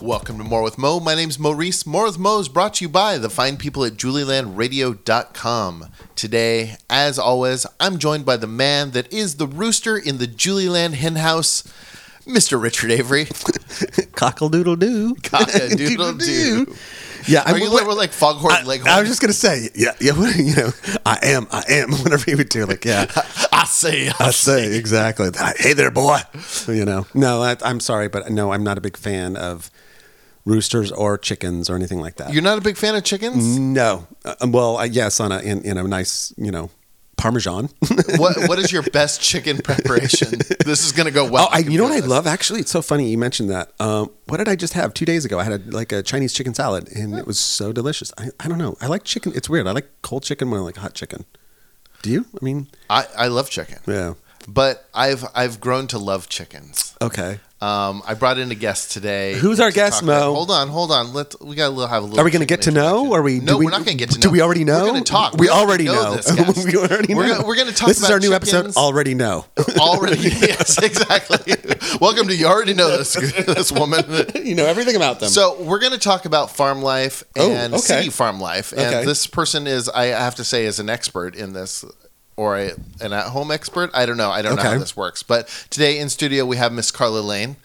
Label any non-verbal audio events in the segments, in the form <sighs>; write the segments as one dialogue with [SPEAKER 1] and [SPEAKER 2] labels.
[SPEAKER 1] welcome to More with Mo. My name's Maurice. More with Mo is brought to you by the fine people at JulielandRadio.com. Today, as always, I'm joined by the man that is the rooster in the Julieland henhouse, Mr. Richard Avery. <laughs>
[SPEAKER 2] Cockle doodle doo.
[SPEAKER 1] Doodle doo.
[SPEAKER 2] <laughs> Yeah,
[SPEAKER 1] Are you
[SPEAKER 2] what-
[SPEAKER 1] like, we're like foghorn
[SPEAKER 2] I,
[SPEAKER 1] leghorn?
[SPEAKER 2] I was just gonna say, yeah, yeah. <laughs> what- You know, I am, I am. <laughs> Whenever you would do, like, yeah,
[SPEAKER 1] I uh, see. <laughs>
[SPEAKER 2] I say exactly. that. Hey there, boy. You know, no, I, I'm sorry, but no, I'm not a big fan of roosters or chickens or anything like that.
[SPEAKER 1] You're not a big fan of chickens?
[SPEAKER 2] no, uh, well, I, yes, on a in, in a nice, you know, parmesan. <laughs>
[SPEAKER 1] what What is your best chicken preparation? This is going to go well.
[SPEAKER 2] Oh, I,
[SPEAKER 1] can
[SPEAKER 2] you know what
[SPEAKER 1] feel
[SPEAKER 2] I
[SPEAKER 1] this.
[SPEAKER 2] love? Actually, it's so funny you mentioned that. Um, what did I just have two days ago? I had a, like a Chinese chicken salad, and it was so delicious. I, I don't know. I like chicken. It's weird. I like cold chicken more than I like hot chicken. Do you? I mean,
[SPEAKER 1] I, I love chicken,
[SPEAKER 2] yeah.
[SPEAKER 1] but I've I've grown to love chickens.
[SPEAKER 2] Okay.
[SPEAKER 1] Um, I brought in a guest today.
[SPEAKER 2] Who's our
[SPEAKER 1] to
[SPEAKER 2] guest,
[SPEAKER 1] talk about-
[SPEAKER 2] Mo?
[SPEAKER 1] Hold on, hold on. Let's we got to have a little.
[SPEAKER 2] Are we going to get to know? Are we?
[SPEAKER 1] No,
[SPEAKER 2] do we,
[SPEAKER 1] are not going to get to know.
[SPEAKER 2] Do we already know?
[SPEAKER 1] We're going to talk.
[SPEAKER 2] We
[SPEAKER 1] We're gonna
[SPEAKER 2] already know.
[SPEAKER 1] this guest.
[SPEAKER 2] <laughs> we already
[SPEAKER 1] We're
[SPEAKER 2] know.
[SPEAKER 1] gonna- we're gonna talk
[SPEAKER 2] This is
[SPEAKER 1] about
[SPEAKER 2] our new episode.
[SPEAKER 1] chickens. <laughs>
[SPEAKER 2] Already know. <laughs>
[SPEAKER 1] already. yes, exactly. Welcome to you already know this <laughs> this woman.
[SPEAKER 2] you know everything about them.
[SPEAKER 1] So we're going to talk about farm life
[SPEAKER 2] Oh,
[SPEAKER 1] and
[SPEAKER 2] okay.
[SPEAKER 1] city farm life, and
[SPEAKER 2] Okay.
[SPEAKER 1] this person is, I have to say, is an expert in this, or a, an at-home expert. I don't know. I don't know how
[SPEAKER 2] Okay.
[SPEAKER 1] this works. But today in studio we have Miss Carla
[SPEAKER 2] <laughs>
[SPEAKER 1] Lane.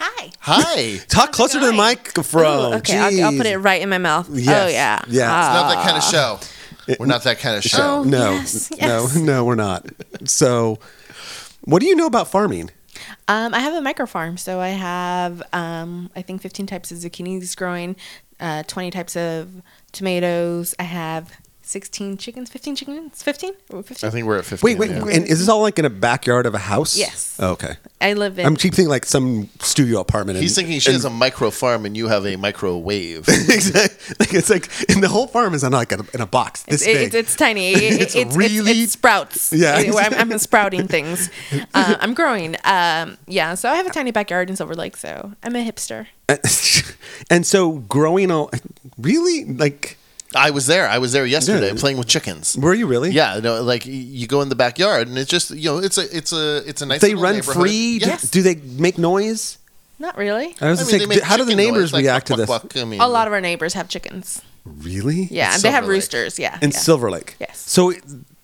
[SPEAKER 3] Hi.
[SPEAKER 1] Hi.
[SPEAKER 2] talk closer to the
[SPEAKER 3] going?
[SPEAKER 2] microphone.
[SPEAKER 3] Ooh, okay, I'll, I'll put
[SPEAKER 2] Jeez.
[SPEAKER 3] it right in my mouth.
[SPEAKER 2] Yes,
[SPEAKER 3] Oh yeah.
[SPEAKER 2] yeah.
[SPEAKER 3] Ah.
[SPEAKER 1] It's not that kind of show. We're not that kind of show.
[SPEAKER 3] Oh,
[SPEAKER 2] no,
[SPEAKER 3] yes,
[SPEAKER 2] <laughs>
[SPEAKER 3] yes.
[SPEAKER 2] no, no, we're not. So, what do you know about farming?
[SPEAKER 3] um, I have a micro farm, so I have um, I think 15 types of zucchinis growing, uh, 20 types of tomatoes. I have 16 chickens, 15 chickens, 15 or 15.
[SPEAKER 1] I think we're at fifteen.
[SPEAKER 2] Wait, wait,
[SPEAKER 1] now.
[SPEAKER 2] and is this all like in a backyard of a house? Oh,
[SPEAKER 3] Yes.
[SPEAKER 2] okay.
[SPEAKER 3] I live in.
[SPEAKER 2] I'm keep thinking like some studio apartment.
[SPEAKER 1] He's
[SPEAKER 2] in-
[SPEAKER 1] thinking she
[SPEAKER 2] in-
[SPEAKER 1] has a micro farm and you have a microwave.
[SPEAKER 2] <laughs> Exactly. Like, It's like, and the whole farm is on like a, in a box this
[SPEAKER 3] it's,
[SPEAKER 2] big.
[SPEAKER 3] it's, it's
[SPEAKER 2] <laughs>
[SPEAKER 3] tiny. It-
[SPEAKER 2] It's
[SPEAKER 3] it's, it's,
[SPEAKER 2] really-
[SPEAKER 3] it
[SPEAKER 2] <laughs>
[SPEAKER 3] sprouts.
[SPEAKER 2] Yeah.
[SPEAKER 3] It- I'm, I'm sprouting
[SPEAKER 2] <laughs>
[SPEAKER 3] things. Uh, I'm growing. Um, yeah, so I have a tiny backyard in Silver Lake, so I'm a hipster.
[SPEAKER 2] and <laughs> so, growing all really like,
[SPEAKER 1] I was there. I was there yesterday
[SPEAKER 2] Yeah.
[SPEAKER 1] playing with chickens.
[SPEAKER 2] were you really?
[SPEAKER 1] Yeah, no, like y- you go in the backyard and it's just you know it's a it's a it's a nice.
[SPEAKER 2] They
[SPEAKER 1] little
[SPEAKER 2] run
[SPEAKER 1] neighborhood.
[SPEAKER 2] free. Do-
[SPEAKER 1] Yes.
[SPEAKER 2] Do, they make noise?
[SPEAKER 3] Not really.
[SPEAKER 2] I was
[SPEAKER 1] I mean,
[SPEAKER 2] just
[SPEAKER 1] they
[SPEAKER 2] saying,
[SPEAKER 1] make
[SPEAKER 2] how do the
[SPEAKER 1] chicken noise,
[SPEAKER 2] neighbors
[SPEAKER 1] like,
[SPEAKER 2] react
[SPEAKER 1] quack,
[SPEAKER 2] to this?
[SPEAKER 1] quack, quack. I mean,
[SPEAKER 3] A
[SPEAKER 1] <laughs>
[SPEAKER 3] lot of our neighbors have chickens.
[SPEAKER 2] Really?
[SPEAKER 1] In
[SPEAKER 3] Yeah, and they have
[SPEAKER 1] Silver Lake.
[SPEAKER 3] roosters. Yeah,
[SPEAKER 2] In
[SPEAKER 3] yeah.
[SPEAKER 2] Silver Lake.
[SPEAKER 3] Yes.
[SPEAKER 2] So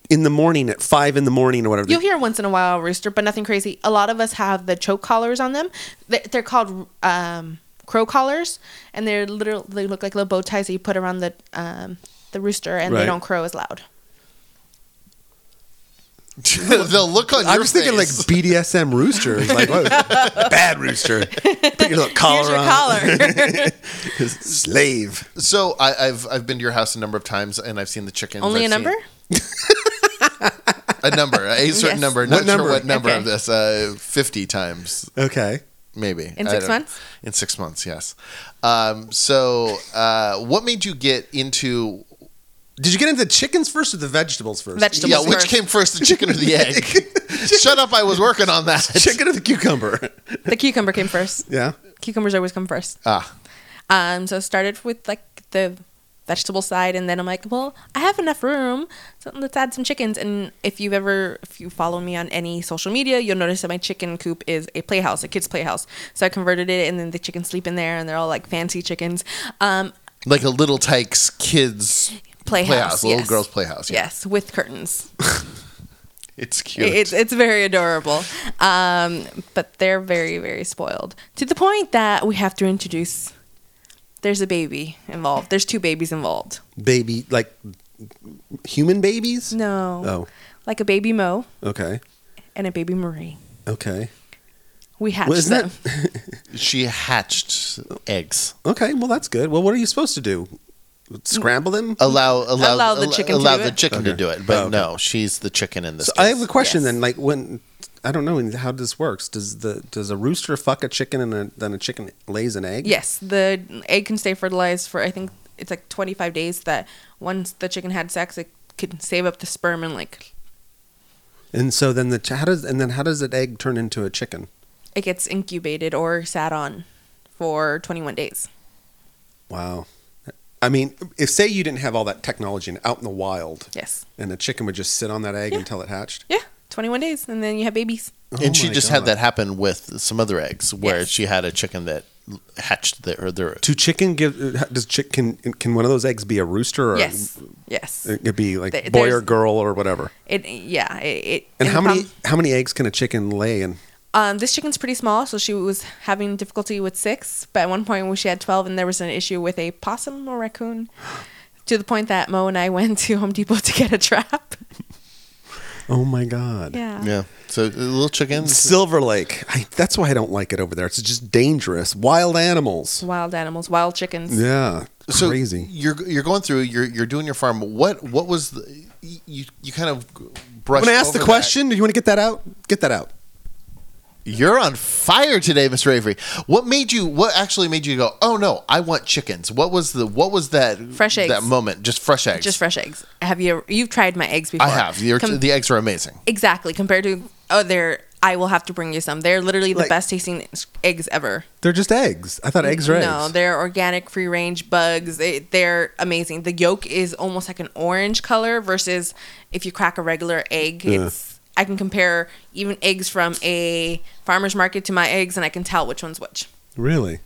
[SPEAKER 2] in the morning at five in the morning or whatever.
[SPEAKER 3] You'll hear once in a while a rooster, but nothing crazy. A lot of us have the choke collars on them. They- They're called um, crow collars, and they're literal. They look like little bow ties that you put around the um, the rooster, and
[SPEAKER 2] Right.
[SPEAKER 3] they don't crow as loud.
[SPEAKER 1] the look on
[SPEAKER 2] I
[SPEAKER 1] your
[SPEAKER 2] was thinking like
[SPEAKER 1] face.
[SPEAKER 2] BDSM rooster. It's Like,
[SPEAKER 3] <laughs>
[SPEAKER 2] what? bad rooster. Put your little collar
[SPEAKER 3] Here's your
[SPEAKER 2] on. <laughs>
[SPEAKER 3] collar.
[SPEAKER 2] Slave.
[SPEAKER 1] so I, I've I've been to your house a number of times and I've seen the chickens.
[SPEAKER 3] Only
[SPEAKER 1] I've
[SPEAKER 3] a
[SPEAKER 1] seen-
[SPEAKER 3] number.
[SPEAKER 1] A number,
[SPEAKER 3] <laughs>
[SPEAKER 1] a certain
[SPEAKER 3] Yes.
[SPEAKER 1] number.
[SPEAKER 2] What
[SPEAKER 1] Not
[SPEAKER 2] number?
[SPEAKER 1] sure what number of
[SPEAKER 3] Okay.
[SPEAKER 1] this. Uh, Fifty times
[SPEAKER 2] Okay.
[SPEAKER 1] maybe
[SPEAKER 3] In
[SPEAKER 1] I
[SPEAKER 3] six
[SPEAKER 1] don't-
[SPEAKER 3] months?
[SPEAKER 1] In six months, yes. Um, so uh, what made you get into?
[SPEAKER 2] Did you get into the chickens first or the vegetables first?
[SPEAKER 3] Vegetables.
[SPEAKER 1] yeah, which
[SPEAKER 3] first.
[SPEAKER 1] came first, the chicken or
[SPEAKER 3] <laughs>
[SPEAKER 1] the egg? <laughs> Shut up! I was working on that.
[SPEAKER 2] <laughs> Chicken or the
[SPEAKER 3] <laughs>
[SPEAKER 2] cucumber?
[SPEAKER 3] The cucumber came first.
[SPEAKER 2] Yeah.
[SPEAKER 3] Cucumbers always come first.
[SPEAKER 1] Ah,
[SPEAKER 3] Um, so I started with like the vegetable side, and then I'm like, well, I have enough room, so let's add some chickens. And if you've ever, if you follow me on any social media, you'll notice that my chicken coop is a playhouse, a kid's playhouse. So I converted it, and then the chickens sleep in there, and they're all like fancy chickens. Um,
[SPEAKER 1] like a little Tykes kids
[SPEAKER 3] playhouse,
[SPEAKER 1] little
[SPEAKER 3] yes.
[SPEAKER 1] girls playhouse. Yeah.
[SPEAKER 3] Yes, with curtains.
[SPEAKER 1] it's cute.
[SPEAKER 3] It's it's very adorable. Um, but they're very very spoiled to the point that we have to introduce. There's a baby involved. There's two babies involved.
[SPEAKER 2] Baby, like human babies?
[SPEAKER 3] No. Like a baby Mo
[SPEAKER 2] Oh, okay.
[SPEAKER 3] and a baby Marie.
[SPEAKER 2] Okay.
[SPEAKER 3] We hatched
[SPEAKER 2] Well, isn't
[SPEAKER 3] them.
[SPEAKER 2] that
[SPEAKER 1] she hatched eggs.
[SPEAKER 2] okay? Well, that's good. Well, what are you supposed to do? Scramble them?
[SPEAKER 1] Allow allow
[SPEAKER 3] Mm-hmm. Allow
[SPEAKER 1] allow
[SPEAKER 3] the
[SPEAKER 1] the chicken
[SPEAKER 3] chicken to do
[SPEAKER 1] the
[SPEAKER 3] it?
[SPEAKER 1] chicken to
[SPEAKER 2] Okay.
[SPEAKER 1] do it, but
[SPEAKER 2] Oh, okay.
[SPEAKER 1] no, she's the chicken in this.
[SPEAKER 2] So I have a
[SPEAKER 1] case.
[SPEAKER 2] question
[SPEAKER 3] Yes.
[SPEAKER 2] then. Like when I don't know how this works. Does the does a rooster fuck a chicken and a, then a chicken lays an egg?
[SPEAKER 3] Yes, the egg can stay fertilized for I think it's like 25 days that once the chicken had sex it could save up the sperm and like
[SPEAKER 2] And so then the ch- how does and then how does an egg turn into a chicken?
[SPEAKER 3] it gets incubated or sat on for 21 days.
[SPEAKER 2] Wow. I mean, if say you didn't have all that technology and out in the wild,
[SPEAKER 3] Yes.
[SPEAKER 2] and the chicken would just sit on that egg
[SPEAKER 3] Yeah.
[SPEAKER 2] until it hatched.
[SPEAKER 3] Yeah, 21 days and then you have babies.
[SPEAKER 1] And
[SPEAKER 2] Oh
[SPEAKER 1] she
[SPEAKER 2] my
[SPEAKER 1] just had
[SPEAKER 2] God.
[SPEAKER 1] that happen with some other eggs, where
[SPEAKER 3] Yes.
[SPEAKER 1] she had a chicken that hatched their or their
[SPEAKER 2] To chicken give uh, does chicken can can one of those eggs be a rooster or
[SPEAKER 3] yes, yes.
[SPEAKER 2] it could be like
[SPEAKER 3] There-
[SPEAKER 2] boy or
[SPEAKER 3] there's-
[SPEAKER 2] girl or whatever.
[SPEAKER 3] It yeah. It, it
[SPEAKER 2] And how many
[SPEAKER 3] prom-
[SPEAKER 2] how many eggs can a chicken lay? And
[SPEAKER 3] Um, this chicken's pretty small, so she was having difficulty with six. But at one point, she had twelve, and there was an issue with a possum or raccoon, to the point that Mo and I <laughs> went to Home Depot to get a trap.
[SPEAKER 2] oh my god,
[SPEAKER 3] Yeah. uh,
[SPEAKER 1] yeah. So the little chickens.
[SPEAKER 2] Silver Lake. I, that's why I don't like it over there. It's just dangerous. Wild animals.
[SPEAKER 3] Wild animals, wild chickens.
[SPEAKER 2] Yeah,
[SPEAKER 1] So
[SPEAKER 2] crazy.
[SPEAKER 1] You're you're going through. You're you're doing your farm. What what was the you you kind of brushed.
[SPEAKER 2] I'm gonna ask
[SPEAKER 1] over
[SPEAKER 2] the
[SPEAKER 1] that.
[SPEAKER 2] question. Do you want to get that out? Get that out.
[SPEAKER 1] You're on fire today, Miss Ravery. What made you? What actually made you go? Oh no, I want chickens. What was the? What was that?
[SPEAKER 3] Fresh eggs.
[SPEAKER 1] That moment, just fresh eggs.
[SPEAKER 3] Just fresh eggs. Have you? You've tried my eggs before?
[SPEAKER 1] I have. The,
[SPEAKER 3] Com-
[SPEAKER 1] the eggs are amazing.
[SPEAKER 3] exactly compared to other. I will have to bring you some. They're literally the
[SPEAKER 2] Like-
[SPEAKER 3] best tasting eggs ever.
[SPEAKER 2] They're just eggs. I thought eggs are
[SPEAKER 3] No,
[SPEAKER 2] eggs.
[SPEAKER 3] they're organic, free range bugs. They, they're amazing. The yolk is almost like an orange color versus if you crack a regular egg, it's. I can compare even eggs from a farmer's market to my eggs, and I can tell which one's which.
[SPEAKER 2] Really?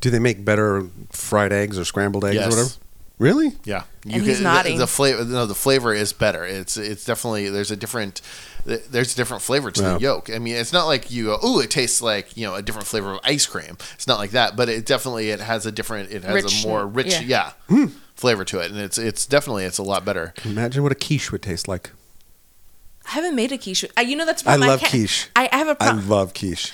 [SPEAKER 2] Do they make better fried eggs or scrambled eggs
[SPEAKER 1] Yes.
[SPEAKER 2] or whatever? Really?
[SPEAKER 1] Yeah, you
[SPEAKER 3] And he's
[SPEAKER 1] the-
[SPEAKER 3] nodding.
[SPEAKER 1] The, flavor, no, the flavor is better. It's it's definitely there's a different there's a different flavor to
[SPEAKER 2] Yeah.
[SPEAKER 1] the yolk. I mean, it's not like you go, oh, it tastes like you know a different flavor of ice cream. It's not like that, but it definitely it has a different, it has
[SPEAKER 3] Rich-
[SPEAKER 1] a more rich,
[SPEAKER 3] yeah.
[SPEAKER 1] yeah, flavor to it, and it's it's definitely it's a lot better.
[SPEAKER 2] Imagine what a quiche would taste like.
[SPEAKER 3] I haven't made a quiche. I, you know that's
[SPEAKER 2] I
[SPEAKER 3] problem
[SPEAKER 2] love
[SPEAKER 3] can't-
[SPEAKER 2] quiche.
[SPEAKER 3] I, I have a
[SPEAKER 2] I
[SPEAKER 3] problem.
[SPEAKER 2] love quiche.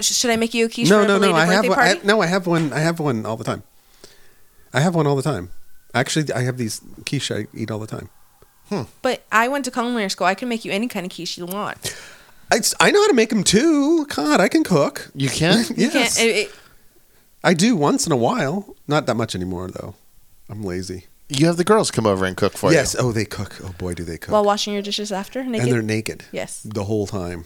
[SPEAKER 3] should I make you a quiche?
[SPEAKER 2] No,
[SPEAKER 3] for
[SPEAKER 2] no,
[SPEAKER 3] a
[SPEAKER 2] no.
[SPEAKER 3] belated
[SPEAKER 2] I have
[SPEAKER 3] birthday
[SPEAKER 2] one. I,
[SPEAKER 3] party?
[SPEAKER 2] no, I have one. I have one all the time. I have one all the time. Actually, I have these quiche I eat all the time.
[SPEAKER 3] But I went to culinary school. I can make you any kind of quiche you want.
[SPEAKER 2] I, I know how to make them too. God, I can cook.
[SPEAKER 1] You
[SPEAKER 2] <laughs>
[SPEAKER 1] can. <laughs>
[SPEAKER 3] You
[SPEAKER 2] yes,
[SPEAKER 3] can't. It, it,
[SPEAKER 2] I do once in a while. Not that much anymore though. I'm lazy.
[SPEAKER 1] You have the girls come over and cook for you.
[SPEAKER 2] yes. Oh, they cook. Oh boy, do they cook.
[SPEAKER 3] while washing your dishes after naked.
[SPEAKER 2] and they're naked.
[SPEAKER 3] Yes.
[SPEAKER 2] The whole time.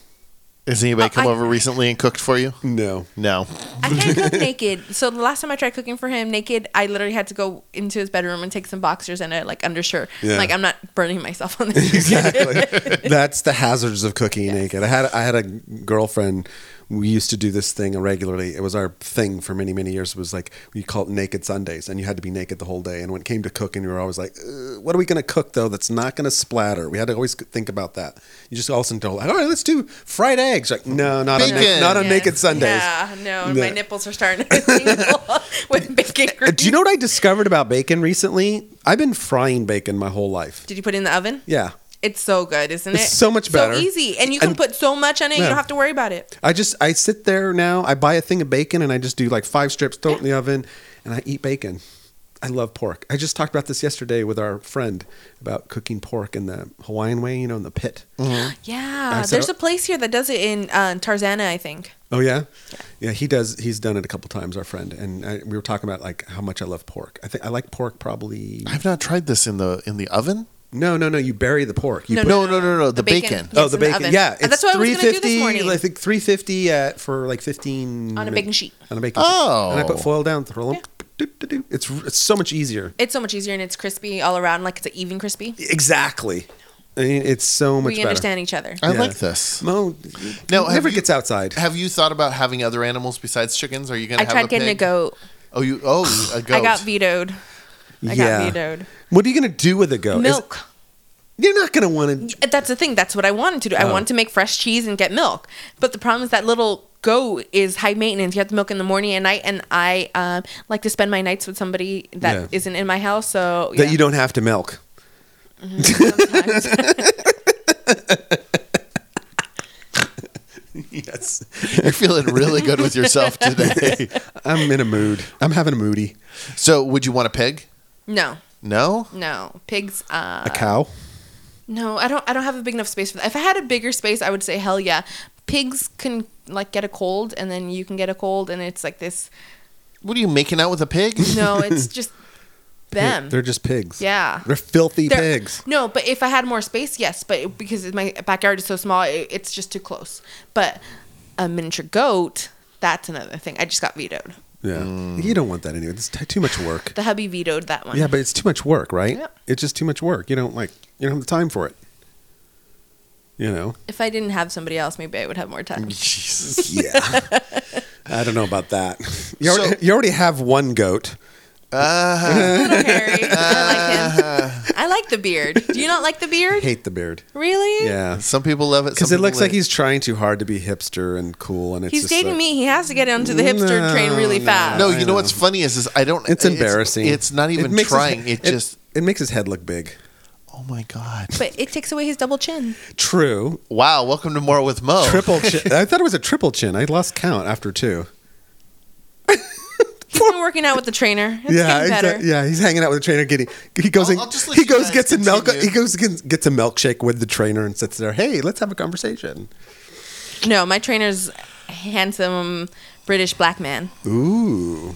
[SPEAKER 1] Has anybody
[SPEAKER 3] Oh,
[SPEAKER 1] come
[SPEAKER 3] I-
[SPEAKER 1] over recently and cooked for you?
[SPEAKER 2] No.
[SPEAKER 1] No.
[SPEAKER 3] I can't cook naked. So the last time I tried cooking for him naked, I literally had to go into his bedroom and take some boxers and a like undershirt.
[SPEAKER 2] Yeah.
[SPEAKER 3] Like I'm not burning myself
[SPEAKER 2] <laughs>
[SPEAKER 3] on this.
[SPEAKER 2] exactly. <laughs> That's the hazards of cooking naked. I had I had a girlfriend. We used to do this thing regularly. It was our thing for many many years. It was like we called it naked Sundays, and you had to be naked the whole day. And when it came to cooking, we were always like, "Uh, "What are we going to cook though? That's not going to splatter." We had to always think about that. You just all of a sudden told, "All right, let's do fried eggs." Like, no, not on, na-
[SPEAKER 1] Bacon.
[SPEAKER 2] not on
[SPEAKER 3] Yeah.
[SPEAKER 2] naked Sundays.
[SPEAKER 3] Yeah, no, my
[SPEAKER 2] No.
[SPEAKER 3] nipples are starting
[SPEAKER 2] <laughs>
[SPEAKER 3] to <laughs> tingle with bacon.
[SPEAKER 2] Uh, Do you know what I discovered about bacon recently? I've been frying bacon my whole life.
[SPEAKER 3] Did you put it in the oven?
[SPEAKER 2] Yeah.
[SPEAKER 3] It's so good, isn't
[SPEAKER 2] It's
[SPEAKER 3] it?
[SPEAKER 2] so much better.
[SPEAKER 3] So easy, and you can
[SPEAKER 2] And-
[SPEAKER 3] put so much on it. You
[SPEAKER 2] Yeah.
[SPEAKER 3] don't have to worry about it.
[SPEAKER 2] I just I sit there now. I buy a thing of bacon and I just do like five strips, throw it in the oven, and I eat bacon. I love pork. I just talked about this yesterday with our friend about cooking pork in the Hawaiian way, you know, in the pit.
[SPEAKER 1] Mm-hmm.
[SPEAKER 3] Yeah,
[SPEAKER 2] I said-
[SPEAKER 3] there's a place here that does it in uh, Tarzana, I think.
[SPEAKER 2] Oh yeah, yeah. He does. He's done it a couple times. Our friend and I, we were talking about like how much I love pork. I think I like pork probably.
[SPEAKER 1] I've not tried this in the in the oven.
[SPEAKER 2] No, no, no. You bury the pork. You put-
[SPEAKER 1] no, no, no, no, the bacon.
[SPEAKER 2] Oh,
[SPEAKER 3] Yes,
[SPEAKER 2] the
[SPEAKER 3] in the
[SPEAKER 2] bacon.
[SPEAKER 3] oven.
[SPEAKER 2] yeah,
[SPEAKER 3] And that's what I was gonna do this
[SPEAKER 2] 350,
[SPEAKER 3] morning.
[SPEAKER 2] I think three fifty at for like fifteen
[SPEAKER 3] On a bacon sheet.
[SPEAKER 2] On a bacon sheet.
[SPEAKER 1] Oh.
[SPEAKER 2] and I put foil down, throw them. It's it's so much easier.
[SPEAKER 3] It's so much easier, and it's crispy all around. Like it's an even crispy.
[SPEAKER 2] Exactly. I mean, it's so much
[SPEAKER 3] we
[SPEAKER 2] better.
[SPEAKER 3] understand each other.
[SPEAKER 1] I
[SPEAKER 2] Yeah.
[SPEAKER 1] like this.
[SPEAKER 2] Mo
[SPEAKER 1] Now,
[SPEAKER 2] no,
[SPEAKER 1] have
[SPEAKER 2] never
[SPEAKER 1] you-
[SPEAKER 2] gets outside.
[SPEAKER 1] Have you thought about having other animals besides chickens? Are you gonna?
[SPEAKER 3] I
[SPEAKER 1] have
[SPEAKER 3] tried
[SPEAKER 1] a
[SPEAKER 3] getting
[SPEAKER 1] pig?
[SPEAKER 3] a goat.
[SPEAKER 1] Oh, you
[SPEAKER 2] <laughs>
[SPEAKER 1] oh a goat.
[SPEAKER 3] I got vetoed. I got vetoed.
[SPEAKER 2] What are you gonna do with a goat? Is-
[SPEAKER 3] Milk.
[SPEAKER 2] you're not gonna want to.
[SPEAKER 3] That's the thing. That's what I wanted to do. I
[SPEAKER 2] Oh.
[SPEAKER 3] wanted to make fresh cheese and get milk. But the problem is that little goat is high maintenance. You have to milk in the morning and night. And I um, like to spend my nights with somebody
[SPEAKER 2] Yeah.
[SPEAKER 3] that not in my house. So
[SPEAKER 2] That you don't have
[SPEAKER 1] <laughs>
[SPEAKER 2] to milk.
[SPEAKER 3] <laughs> don't.
[SPEAKER 2] Yes,
[SPEAKER 1] You're feeling really good with
[SPEAKER 2] <laughs>
[SPEAKER 1] yourself today.
[SPEAKER 2] I'm in a mood. I'm having a moody.
[SPEAKER 1] so, would you want a pig?
[SPEAKER 3] no,
[SPEAKER 1] No.
[SPEAKER 3] no pigs. Uh,
[SPEAKER 2] A cow.
[SPEAKER 3] no, I don't. I don't have a big enough space for that. If I had a bigger space, I would say hell yeah. Pigs can like get a cold, and then you can get a cold, and it's like this.
[SPEAKER 1] What are you making out with a
[SPEAKER 2] <laughs>
[SPEAKER 1] pig?
[SPEAKER 3] No, it's just them.
[SPEAKER 2] They're just pigs.
[SPEAKER 3] Yeah.
[SPEAKER 2] They're filthy
[SPEAKER 3] There-
[SPEAKER 2] pigs.
[SPEAKER 3] No, but if I had more space, yes. But because my backyard is so small, it, it's just too close. But a miniature goat, that's another thing. I just got vetoed.
[SPEAKER 2] Yeah.
[SPEAKER 1] Mm.
[SPEAKER 2] You don't want that anyway. It's t- too much work.
[SPEAKER 3] The hubby vetoed that one.
[SPEAKER 2] Yeah, but it's too much work, right?
[SPEAKER 3] Yep.
[SPEAKER 2] It's just too much work. You don't like you don't have the time for it. You know.
[SPEAKER 3] if I
[SPEAKER 2] <laughs>
[SPEAKER 3] didn't have somebody else, maybe I would have more time.
[SPEAKER 1] Jesus.
[SPEAKER 2] Yeah. I don't know about that. You already,
[SPEAKER 1] So-
[SPEAKER 2] you already have one goat.
[SPEAKER 1] Uh,
[SPEAKER 3] Little Harry.
[SPEAKER 2] <laughs>
[SPEAKER 3] I like him. I like the beard. Do you not like the beard?
[SPEAKER 2] Hate the beard.
[SPEAKER 3] Really?
[SPEAKER 2] Yeah.
[SPEAKER 1] Some people love it
[SPEAKER 2] Because
[SPEAKER 1] some
[SPEAKER 2] it looks
[SPEAKER 1] people
[SPEAKER 2] like he's trying too hard to be hipster and cool, and it's
[SPEAKER 3] He's
[SPEAKER 2] just
[SPEAKER 3] dating
[SPEAKER 2] like-
[SPEAKER 3] me. He has to get onto the hipster
[SPEAKER 2] No,
[SPEAKER 3] train really
[SPEAKER 2] no.
[SPEAKER 3] fast.
[SPEAKER 1] No,
[SPEAKER 2] I
[SPEAKER 1] you know,
[SPEAKER 2] know.
[SPEAKER 1] what's funny is, is I don't.
[SPEAKER 2] It's embarrassing.
[SPEAKER 1] It's, not even
[SPEAKER 2] makes his
[SPEAKER 1] trying.
[SPEAKER 2] he-
[SPEAKER 1] it, just.
[SPEAKER 2] it makes his head look big.
[SPEAKER 1] Oh my god!
[SPEAKER 3] But it takes away his double chin.
[SPEAKER 2] True.
[SPEAKER 1] Wow. Welcome to more with Mo.
[SPEAKER 2] Triple
[SPEAKER 1] <laughs>
[SPEAKER 2] chin. I thought it was a triple chin. I lost count after two.
[SPEAKER 3] He's been working out with the trainer. It's getting better.
[SPEAKER 2] exa- yeah. He's hanging out with the trainer, getting he goes
[SPEAKER 1] I'll-
[SPEAKER 2] and
[SPEAKER 1] I'll just let
[SPEAKER 2] he
[SPEAKER 1] you
[SPEAKER 2] goes
[SPEAKER 1] guys
[SPEAKER 2] gets a milk
[SPEAKER 1] continue.
[SPEAKER 2] he goes gets, gets a milkshake with the trainer and sits there. Hey, let's have a conversation.
[SPEAKER 3] No, my trainer's a handsome British black man.
[SPEAKER 2] Ooh,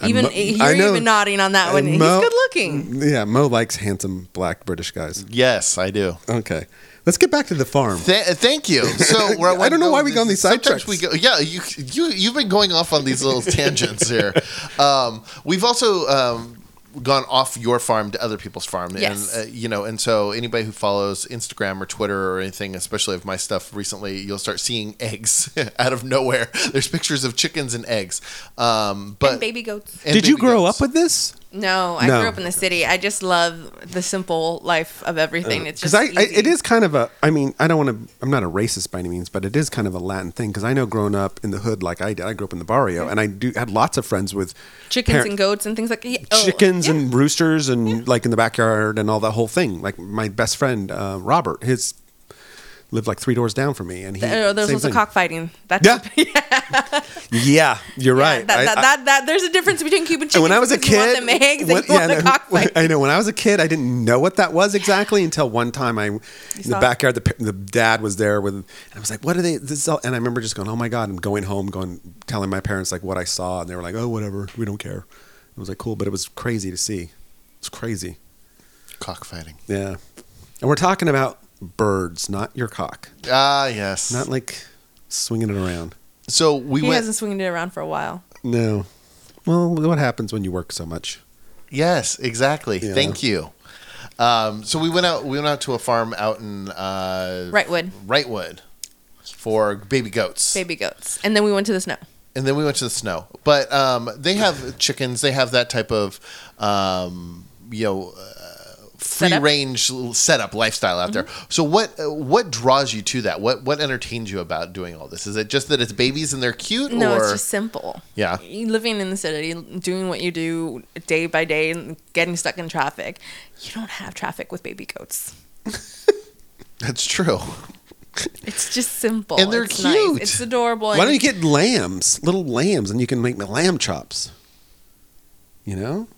[SPEAKER 2] And
[SPEAKER 3] Even
[SPEAKER 2] Mo-
[SPEAKER 3] you're
[SPEAKER 2] I know-
[SPEAKER 3] even nodding on that one.
[SPEAKER 2] And
[SPEAKER 3] He's
[SPEAKER 2] Mo- Mm,
[SPEAKER 3] good looking.
[SPEAKER 2] Yeah, Mo likes handsome black British guys.
[SPEAKER 1] Yes, I do.
[SPEAKER 2] Okay, let's get back to the farm.
[SPEAKER 1] Th- thank you.
[SPEAKER 2] <laughs>
[SPEAKER 1] So where
[SPEAKER 2] I don't know
[SPEAKER 1] wanna
[SPEAKER 2] why
[SPEAKER 1] with
[SPEAKER 2] we go on
[SPEAKER 1] this
[SPEAKER 2] these
[SPEAKER 1] is sometimes
[SPEAKER 2] sidetracks.
[SPEAKER 1] We go, yeah, you you you've been going off on these
[SPEAKER 2] <laughs>
[SPEAKER 1] little tangents here. Um, we've also um, gone off your farm to other people's farm,
[SPEAKER 3] Yes.
[SPEAKER 1] and uh, you know, and so anybody who follows Instagram or Twitter or anything, especially of my stuff recently, you'll start seeing <laughs> eggs out of nowhere. There's pictures of chickens and eggs. Um, but
[SPEAKER 3] and baby goats.
[SPEAKER 1] and
[SPEAKER 2] Did you
[SPEAKER 1] baby
[SPEAKER 2] grow
[SPEAKER 1] goats.
[SPEAKER 2] up with this?
[SPEAKER 3] No, I
[SPEAKER 2] No.
[SPEAKER 3] grew up in the city. I just love the simple life of everything. it's
[SPEAKER 2] Because
[SPEAKER 3] just
[SPEAKER 2] Uh, I, I
[SPEAKER 3] easy.
[SPEAKER 2] it is kind of a I mean I don't want to I'm not a racist by any means but it is kind of a Latin thing because I know growing up in the hood like I did I grew up in the barrio and I do had lots of friends with
[SPEAKER 3] chickens
[SPEAKER 2] parent-
[SPEAKER 3] and goats and things like yeah, oh,
[SPEAKER 2] chickens
[SPEAKER 3] yeah.
[SPEAKER 2] and roosters and like in the backyard and all that whole thing. Like my best friend uh, Robert, his lived like three doors down from me, and he
[SPEAKER 3] Oh, there's
[SPEAKER 2] same
[SPEAKER 3] also
[SPEAKER 2] thing.
[SPEAKER 3] cockfighting. That's <laughs>
[SPEAKER 2] Yeah, yeah, you're
[SPEAKER 3] Yeah,
[SPEAKER 2] right.
[SPEAKER 3] That,
[SPEAKER 2] I-
[SPEAKER 3] that,
[SPEAKER 2] I-
[SPEAKER 3] that, that, there's a difference between Cuban chickens.
[SPEAKER 2] and when I was a
[SPEAKER 3] because you
[SPEAKER 2] kid,
[SPEAKER 3] want them
[SPEAKER 2] <laughs>
[SPEAKER 3] eggs
[SPEAKER 2] when-
[SPEAKER 3] and you want
[SPEAKER 2] yeah,
[SPEAKER 3] the
[SPEAKER 2] no,
[SPEAKER 3] cockfight.
[SPEAKER 2] I know. When I was a kid, I didn't know what that was exactly until one time I, in the
[SPEAKER 3] saw it.
[SPEAKER 2] backyard, the, pa- the dad was there with, and I was like, "What are they?" This is all, and I remember just going, "Oh my god!" and going home, going telling my parents like what I saw, and they were like, "Oh, whatever, we don't care." It was like cool, but it was crazy to see. It's crazy.
[SPEAKER 1] cockfighting?
[SPEAKER 2] Yeah. And we're talking about birds, not your cock.
[SPEAKER 1] Ah, yes.
[SPEAKER 2] Not like swinging it around.
[SPEAKER 1] so we
[SPEAKER 3] he
[SPEAKER 1] went.
[SPEAKER 3] hasn't swinged it around for a while.
[SPEAKER 2] No. Well, what happens when you work so much?
[SPEAKER 1] Yes, exactly.
[SPEAKER 2] Yeah.
[SPEAKER 1] Thank you. Um, so we went out. We went out to a farm out in uh,
[SPEAKER 3] Rightwood,
[SPEAKER 1] Wrightwood for baby goats,
[SPEAKER 3] baby goats, and then we went to the snow.
[SPEAKER 1] and then we went to the snow. But um, they have chickens. They have that type of um, you know uh, free
[SPEAKER 3] Setup? Mm-hmm.
[SPEAKER 1] range l- setup lifestyle out there. So what uh, what draws you to that? What what entertains you about doing all this? Is it just that it's babies and they're cute?
[SPEAKER 3] No,
[SPEAKER 1] or
[SPEAKER 3] it's just simple.
[SPEAKER 1] Yeah.
[SPEAKER 3] You living in the city, doing what you do day by day, and getting stuck in traffic. You don't have traffic with baby goats.
[SPEAKER 1] that's true.
[SPEAKER 3] It's just simple.
[SPEAKER 1] And they're
[SPEAKER 3] it's
[SPEAKER 1] cute.
[SPEAKER 3] It's adorable.
[SPEAKER 2] Why don't
[SPEAKER 3] and
[SPEAKER 2] you get lambs, little lambs, and you can make lamb chops? You know?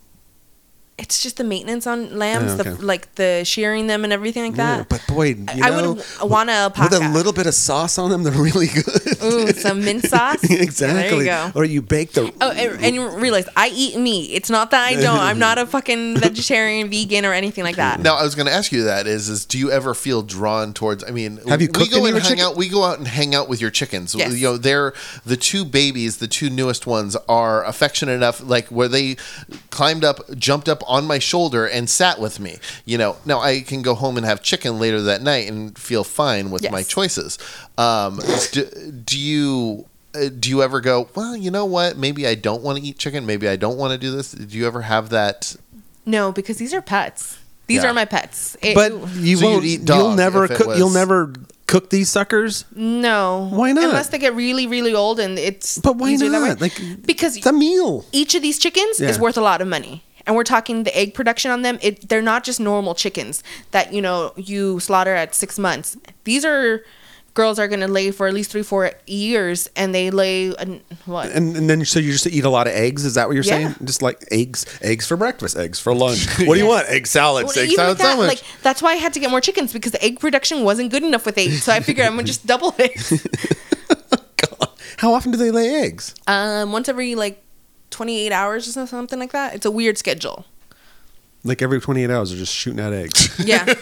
[SPEAKER 3] It's just the maintenance on lambs,
[SPEAKER 2] Yeah, okay.
[SPEAKER 3] the, like the shearing them and everything like
[SPEAKER 2] Yeah,
[SPEAKER 3] that.
[SPEAKER 2] but boy, you
[SPEAKER 3] I
[SPEAKER 2] know,
[SPEAKER 3] would want a
[SPEAKER 2] with a
[SPEAKER 3] alpaca.
[SPEAKER 2] little bit of sauce on them, they're really good. <laughs>
[SPEAKER 3] Ooh, some mint sauce. There
[SPEAKER 2] exactly.
[SPEAKER 3] you go.
[SPEAKER 2] Or you bake the.
[SPEAKER 3] Oh, and, and you realize I eat meat. It's not that I don't. I'm not
[SPEAKER 2] <laughs>
[SPEAKER 3] a fucking vegetarian, vegan, or anything like that.
[SPEAKER 1] Now I was going to ask you that is is do you ever feel drawn towards? I mean,
[SPEAKER 2] Have you
[SPEAKER 1] we
[SPEAKER 2] cooked
[SPEAKER 1] go
[SPEAKER 2] any
[SPEAKER 1] and
[SPEAKER 2] of your
[SPEAKER 1] hang
[SPEAKER 2] chicken-
[SPEAKER 1] out. We go out and hang out with your chickens.
[SPEAKER 3] Yes.
[SPEAKER 1] You know, they're the two babies, the two newest ones, are affectionate enough, like where they climbed up, jumped up on my shoulder, and sat with me. You know, now I can go home and have chicken later that night and feel fine with
[SPEAKER 3] Yes.
[SPEAKER 1] my choices. Um, do, do you? uh, Do you ever go? Well, you know what? Maybe I don't want to eat chicken. Maybe I don't want to do this. Do you ever have that?
[SPEAKER 3] No, because these are pets. These
[SPEAKER 1] Yeah.
[SPEAKER 3] are my pets. It-
[SPEAKER 2] but you
[SPEAKER 1] So you'd
[SPEAKER 2] won't.
[SPEAKER 1] eat
[SPEAKER 2] you'll
[SPEAKER 1] dog
[SPEAKER 2] never
[SPEAKER 1] if it
[SPEAKER 2] cook. You'll
[SPEAKER 1] was-
[SPEAKER 2] never cook these suckers.
[SPEAKER 3] no.
[SPEAKER 2] Why not?
[SPEAKER 3] Unless they get really, really old and it's.
[SPEAKER 2] But why
[SPEAKER 3] easier that way.
[SPEAKER 2] not? Like
[SPEAKER 3] because
[SPEAKER 2] it's a meal.
[SPEAKER 3] each of these chickens is
[SPEAKER 2] Yeah.
[SPEAKER 3] worth a lot of money. And we're talking the egg production on them. It, they're not just normal chickens that you know you slaughter at six months. These are girls are going to lay for at least three, four years, and they lay an, what
[SPEAKER 2] And, and then so you just eat a lot of eggs. Is that what you're
[SPEAKER 3] Yeah.
[SPEAKER 2] saying? Just like eggs, eggs for breakfast, eggs for
[SPEAKER 3] <laughs>
[SPEAKER 2] lunch. What do you want? Egg salad,
[SPEAKER 3] Well,
[SPEAKER 2] egg
[SPEAKER 3] even
[SPEAKER 2] salad
[SPEAKER 3] with that,
[SPEAKER 2] sandwich.
[SPEAKER 3] like that's why I had to get more chickens because the egg production wasn't good enough with eight. So I figured I'm gonna just double
[SPEAKER 2] <laughs>
[SPEAKER 3] it.
[SPEAKER 2] How often do they lay eggs?
[SPEAKER 3] Um, once every like 28 hours or some- something like that. It's a weird schedule.
[SPEAKER 2] Like every 28 hours, they're just shooting out eggs.
[SPEAKER 3] Yeah,
[SPEAKER 2] <laughs>
[SPEAKER 3] <laughs> they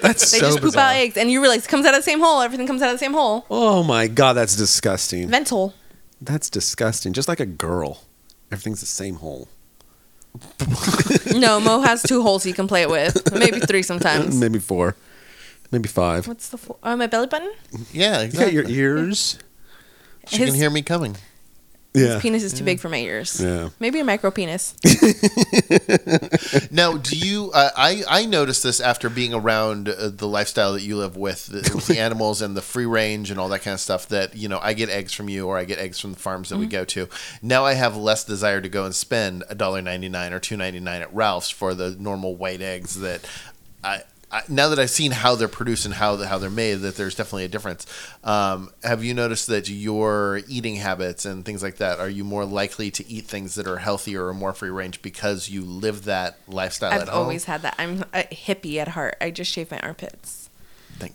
[SPEAKER 2] That's so
[SPEAKER 3] just poop
[SPEAKER 2] bizarre.
[SPEAKER 3] out eggs, and you realize it comes out of the same hole. Everything comes out of the same hole.
[SPEAKER 2] Oh my god, that's disgusting.
[SPEAKER 3] Vent hole.
[SPEAKER 2] That's disgusting. Just like a girl, everything's the same hole.
[SPEAKER 3] No, Mo has two holes he can play it with. Maybe
[SPEAKER 2] <laughs>
[SPEAKER 3] three sometimes.
[SPEAKER 2] Mm, Maybe four, maybe five.
[SPEAKER 3] What's the four? Oh, my belly button?
[SPEAKER 1] Yeah,
[SPEAKER 2] You got
[SPEAKER 1] exactly.
[SPEAKER 2] your ears.
[SPEAKER 1] she
[SPEAKER 3] His-
[SPEAKER 1] can hear me coming.
[SPEAKER 2] Yeah.
[SPEAKER 3] This penis is too big for my ears.
[SPEAKER 2] Yeah.
[SPEAKER 3] Maybe a micro penis.
[SPEAKER 1] Now, do you? Uh, I I noticed this after being around uh, the lifestyle that you live with, the, with the animals and the free range and all that kind of stuff. That you know, I get eggs from you, or I get eggs from the farms that we go to. Now I have less desire to go and spend a dollar ninety nine or two ninety nine at Ralph's for the normal white eggs that I. I, now that I've seen how they're produced and how the, how they're made, that there's definitely a difference. Um, have you noticed that your eating habits and things like that are you more likely to eat things that are healthier or more free range because you live that lifestyle at
[SPEAKER 3] I've
[SPEAKER 1] home?
[SPEAKER 3] always had that. I'm a hippie at heart. I just shave my armpits.
[SPEAKER 1] Thank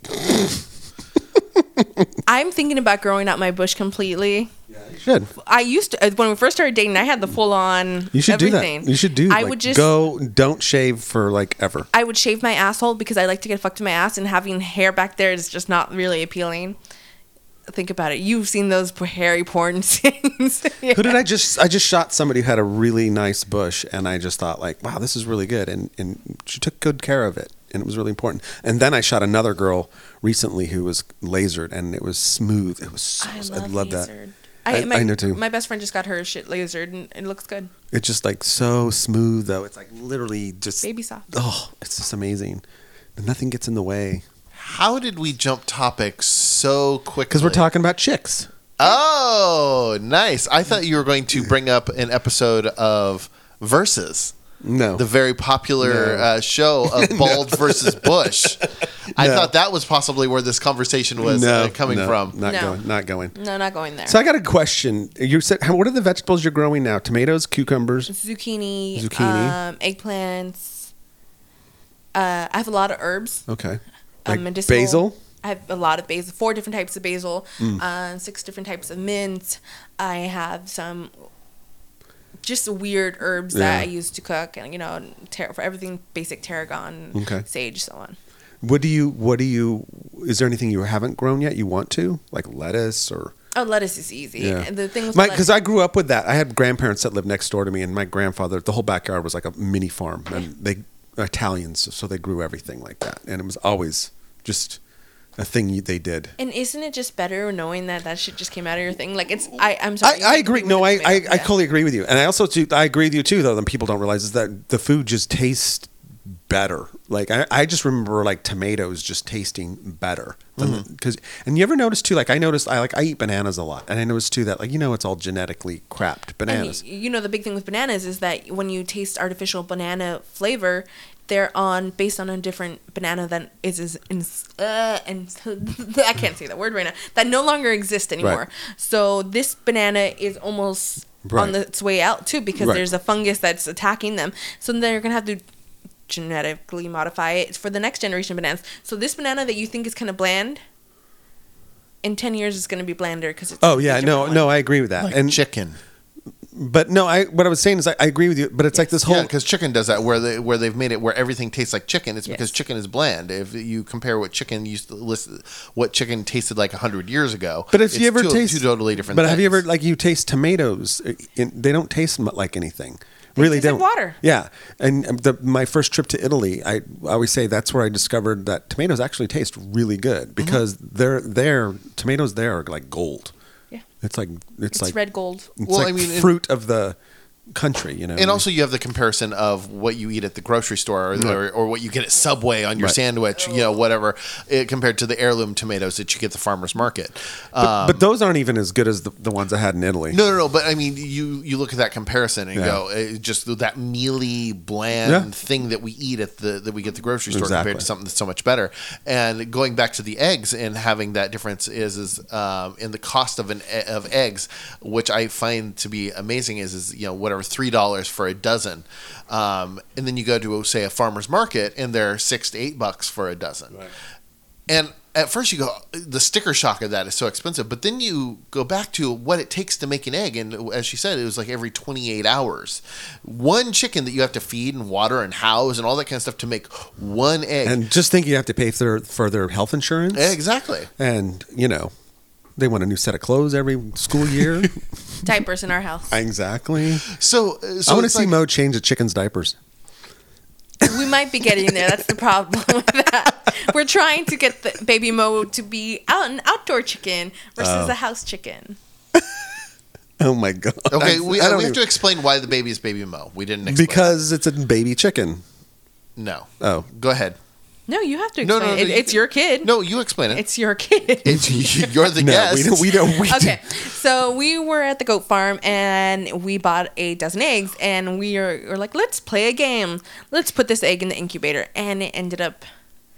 [SPEAKER 3] I'm thinking about growing out my bush completely.
[SPEAKER 2] You should.
[SPEAKER 3] I used to uh, when we first started dating. I had the full on.
[SPEAKER 2] You should
[SPEAKER 3] everything.
[SPEAKER 2] do that. You should do.
[SPEAKER 3] I
[SPEAKER 2] like,
[SPEAKER 3] would just
[SPEAKER 2] go. Don't shave for like ever.
[SPEAKER 3] I would shave my asshole because I like to get fucked in my ass, and having hair back there is just not really appealing. Think about it. You've seen those p- hairy porn <laughs> scenes.
[SPEAKER 2] Who did I just? I just shot somebody who had a really nice bush, and I just thought like, wow, this is really good, and and she took good care of it, and it was really important. And then I shot another girl recently who was lasered, and it was smooth. It was. So, I love, that.
[SPEAKER 3] lasered. I,
[SPEAKER 2] I-
[SPEAKER 3] my,
[SPEAKER 2] I know too.
[SPEAKER 3] My best friend just got her shit lasered, and it looks good.
[SPEAKER 2] It's just like so smooth though. It's like literally just
[SPEAKER 3] Baby soft.
[SPEAKER 2] Oh, it's just amazing. Nothing gets in the way
[SPEAKER 1] How did we jump topics so quick?
[SPEAKER 2] because we're talking about chicks.
[SPEAKER 1] Oh, nice! I thought you were going to bring up an episode of Versus.
[SPEAKER 2] No,
[SPEAKER 1] the very popular
[SPEAKER 2] <laughs> No.
[SPEAKER 1] uh, show of Bald versus
[SPEAKER 2] <laughs>
[SPEAKER 1] Bush. I thought that was possibly where this conversation was uh, coming
[SPEAKER 2] no,
[SPEAKER 1] from.
[SPEAKER 2] Not
[SPEAKER 3] No.
[SPEAKER 2] going. Not going.
[SPEAKER 3] No, not going there.
[SPEAKER 2] So I got a question. You said, how- what are the vegetables you're growing now? Tomatoes, cucumbers.
[SPEAKER 3] zucchini,
[SPEAKER 2] Zucchini.
[SPEAKER 3] um, eggplants. Uh, I have a lot of herbs. <laughs>
[SPEAKER 2] Okay.
[SPEAKER 3] um,
[SPEAKER 2] Like
[SPEAKER 3] medicinal.
[SPEAKER 2] basil. Mm.
[SPEAKER 3] I have a lot of basil, four different types of basil, uh, six different types of mint. I have some just weird herbs that I
[SPEAKER 2] Yeah.
[SPEAKER 3] use to cook, and you know, ter- for everything basic tarragon,
[SPEAKER 2] Okay.
[SPEAKER 3] sage, so on.
[SPEAKER 2] What do you? What do you? Is there anything you haven't grown yet? You want to like lettuce or?
[SPEAKER 3] Oh, lettuce is easy.
[SPEAKER 2] Yeah.
[SPEAKER 3] And the thing with
[SPEAKER 2] Because
[SPEAKER 3] lettuce,
[SPEAKER 2] I grew up with that. I had grandparents that lived next door to me, and my grandfather, the whole backyard was like a mini farm, and they Italians, so they grew everything like that, and it was always just a thing you- they did.
[SPEAKER 3] and isn't it just better knowing that that shit just came out of your thing? Like it's, I, I'm sorry.
[SPEAKER 2] I, I agree. No, I, I, I
[SPEAKER 3] call.
[SPEAKER 2] totally agree with you, and I also too, I agree with you too. Though, that people don't realize is that the food just tastes better. Like I, I just remember like tomatoes just tasting better
[SPEAKER 1] Mm-hmm.
[SPEAKER 2] because. And you ever notice too? Like I noticed I like I eat bananas a lot, and I noticed too that like you know it's all genetically crapped
[SPEAKER 3] And
[SPEAKER 2] bananas.
[SPEAKER 3] y- you know the big thing with bananas is that when you taste artificial banana flavor, they're on based on a different banana that is is in, <laughs> uh, and I can't say that word right now that no longer exists anymore. So this banana is almost
[SPEAKER 2] Right.
[SPEAKER 3] on the, its way out too because
[SPEAKER 2] Right.
[SPEAKER 3] there's a fungus that's attacking them. So then you're gonna have to genetically modify it for the next generation of bananas. So this banana that you think is kind of bland. In ten years, it's going to be blander because it's.
[SPEAKER 2] Oh
[SPEAKER 3] a
[SPEAKER 2] yeah,
[SPEAKER 3] different
[SPEAKER 2] no,
[SPEAKER 3] one.
[SPEAKER 2] no, I agree with that.
[SPEAKER 1] Like
[SPEAKER 2] and
[SPEAKER 1] chicken,
[SPEAKER 2] but no, I what I was saying is I, I agree with you. But it's like this whole
[SPEAKER 1] yeah, because chicken does that where they where they've made it where everything tastes like chicken. It's because
[SPEAKER 3] Yes.
[SPEAKER 1] chicken is bland. If you compare what chicken used to list, what chicken tasted like hundred years ago,
[SPEAKER 2] But if
[SPEAKER 1] it's
[SPEAKER 2] you ever
[SPEAKER 1] two,
[SPEAKER 2] taste
[SPEAKER 1] two totally different.
[SPEAKER 2] But have you ever
[SPEAKER 1] things.
[SPEAKER 2] like you taste tomatoes? uh, in- They don't taste mu- like anything. really
[SPEAKER 3] taste like
[SPEAKER 2] don't.
[SPEAKER 3] water.
[SPEAKER 2] Yeah, and um, the, my first trip to Italy, I I always say that's where I discovered that tomatoes actually taste really
[SPEAKER 3] Mm-hmm.
[SPEAKER 2] good because they're they're tomatoes there are like gold.
[SPEAKER 3] Yeah.
[SPEAKER 2] It's like it's,
[SPEAKER 3] It's
[SPEAKER 2] like
[SPEAKER 3] red gold.
[SPEAKER 2] It's
[SPEAKER 1] Well,
[SPEAKER 2] like
[SPEAKER 1] I mean, it-
[SPEAKER 2] fruit of the country, you know.
[SPEAKER 1] And also, you have the comparison of what you eat at the grocery store or, or, or what you get at Subway on your
[SPEAKER 2] Right.
[SPEAKER 1] sandwich, you know, whatever, eh, compared to the heirloom tomatoes that you get at the farmer's market.
[SPEAKER 2] but, but those aren't even as good as the, the ones I had in Italy.
[SPEAKER 1] No, no, no. But I mean, you you look at that comparison and you
[SPEAKER 2] Yeah.
[SPEAKER 1] go, eh, just that mealy, bland
[SPEAKER 2] Yeah.
[SPEAKER 1] thing that we eat at the that we get at the grocery store compared
[SPEAKER 2] Exactly.
[SPEAKER 1] to something that's so much better. And going back to the eggs and having that difference is is um, in the cost of an e- of eggs, which I find to be amazing. Is is you know whatever three dollars for a dozen, um, and then you go to say a farmer's market and they're six to eight bucks for a dozen. And at first you go, the sticker shock of that is so expensive. But then you go back to what it takes to make an egg. And as she said, it was like every 28 hours. One chicken that you have to feed and water and house and all that kind of stuff to make one egg.
[SPEAKER 2] And just think you have to pay for their, for their health insurance.
[SPEAKER 1] exactly.
[SPEAKER 2] and you know they want a new set of clothes every school year
[SPEAKER 1] <laughs>
[SPEAKER 3] diapers in our house.
[SPEAKER 2] exactly
[SPEAKER 1] So, uh, so
[SPEAKER 2] i want to
[SPEAKER 1] it's
[SPEAKER 2] see
[SPEAKER 1] like-
[SPEAKER 2] mo change a chicken's diapers
[SPEAKER 3] we might be getting there. That's the problem <laughs> with that. We're trying to get the
[SPEAKER 1] Oh.
[SPEAKER 3] baby Mo to be out an outdoor chicken versus a house chicken.
[SPEAKER 2] Oh my god.
[SPEAKER 1] Okay, we, uh, we
[SPEAKER 2] I don't
[SPEAKER 1] have
[SPEAKER 2] even-
[SPEAKER 1] to explain why the baby is baby Mo. We didn't explain
[SPEAKER 2] because it's a baby chicken.
[SPEAKER 1] no.
[SPEAKER 2] Oh.
[SPEAKER 1] Go ahead.
[SPEAKER 3] No, you have to
[SPEAKER 1] No,
[SPEAKER 3] explain.
[SPEAKER 1] no, no,
[SPEAKER 3] it,
[SPEAKER 1] you-
[SPEAKER 3] it's your kid.
[SPEAKER 1] No, you explain it.
[SPEAKER 3] it's your kid.
[SPEAKER 1] It's, <laughs>
[SPEAKER 3] <laughs>
[SPEAKER 1] you're the
[SPEAKER 2] No,
[SPEAKER 1] guest.
[SPEAKER 2] we don't. We don't. We
[SPEAKER 3] okay, so we were at the goat farm and we bought a dozen eggs, and we are, were like, let's play a game. Let's put this egg in the incubator, and it ended up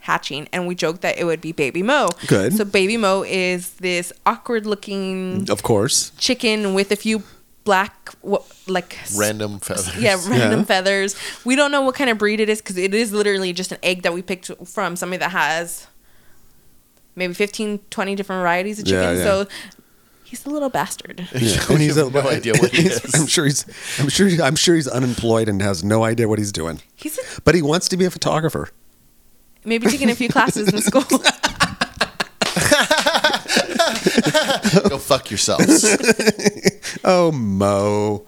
[SPEAKER 3] hatching. And we joked that it would be Baby Mo.
[SPEAKER 2] Good.
[SPEAKER 3] So Baby Mo is this awkward-looking
[SPEAKER 2] didn't.
[SPEAKER 1] <laughs>
[SPEAKER 2] Of course.
[SPEAKER 3] chicken with a few black, wha- like s-
[SPEAKER 1] Random feathers. <laughs>
[SPEAKER 3] Yeah, random
[SPEAKER 2] Yeah.
[SPEAKER 3] feathers. We don't know what kind of breed it is because it is literally just an egg that we picked from somebody that has maybe 15, 20 different varieties of
[SPEAKER 2] Yeah,
[SPEAKER 3] chicken.
[SPEAKER 2] yeah.
[SPEAKER 3] So he's a little bastard.
[SPEAKER 2] Yeah.
[SPEAKER 1] I have no idea what
[SPEAKER 2] <laughs>
[SPEAKER 1] he
[SPEAKER 2] he's-
[SPEAKER 1] is.
[SPEAKER 2] I'm sure he's. I'm sure. He, I'm sure he's unemployed and has no idea what he's doing.
[SPEAKER 3] He's a-
[SPEAKER 2] But he wants to be a photographer.
[SPEAKER 3] maybe taking a few classes in school.
[SPEAKER 1] <laughs>
[SPEAKER 3] <laughs>
[SPEAKER 1] Go fuck yourselves.
[SPEAKER 2] Oh Mo,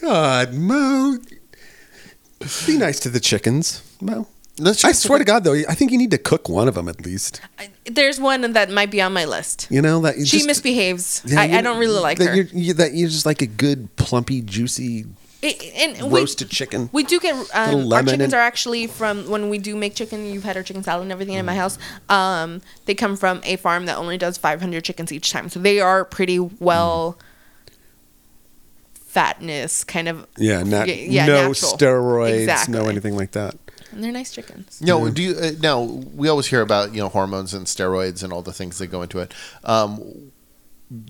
[SPEAKER 2] God Mo, be nice to the chickens, Mo.
[SPEAKER 1] Let's
[SPEAKER 2] <laughs> I
[SPEAKER 1] just-
[SPEAKER 2] swear to God, though, I think you need to cook one of them at least.
[SPEAKER 3] I- There's one that might be on my list.
[SPEAKER 2] You know that you
[SPEAKER 3] she
[SPEAKER 2] just-
[SPEAKER 3] misbehaves.
[SPEAKER 2] Yeah,
[SPEAKER 3] I,
[SPEAKER 2] you-
[SPEAKER 3] I don't really like
[SPEAKER 2] that
[SPEAKER 3] her.
[SPEAKER 2] You're, you, that you're just like a good, plumpy, juicy
[SPEAKER 3] It- and we-
[SPEAKER 2] roasted chicken.
[SPEAKER 3] We do get um, our
[SPEAKER 2] lemon
[SPEAKER 3] chickens
[SPEAKER 2] and-
[SPEAKER 3] are actually from when we do make chicken. You've had our chicken salad and everything
[SPEAKER 2] Mm.
[SPEAKER 3] in my house. Um, they come from a farm that only does 500 chickens each time, so they are pretty well fatness kind of.
[SPEAKER 2] Mm. yeah, not,
[SPEAKER 3] y- yeah,
[SPEAKER 2] no
[SPEAKER 3] natural.
[SPEAKER 2] steroids, no
[SPEAKER 3] Exactly.
[SPEAKER 2] anything Mm. like that.
[SPEAKER 3] And they're nice chickens.
[SPEAKER 1] No, do you uh, now? We always hear about you know hormones and steroids and all the things that go into it. Um,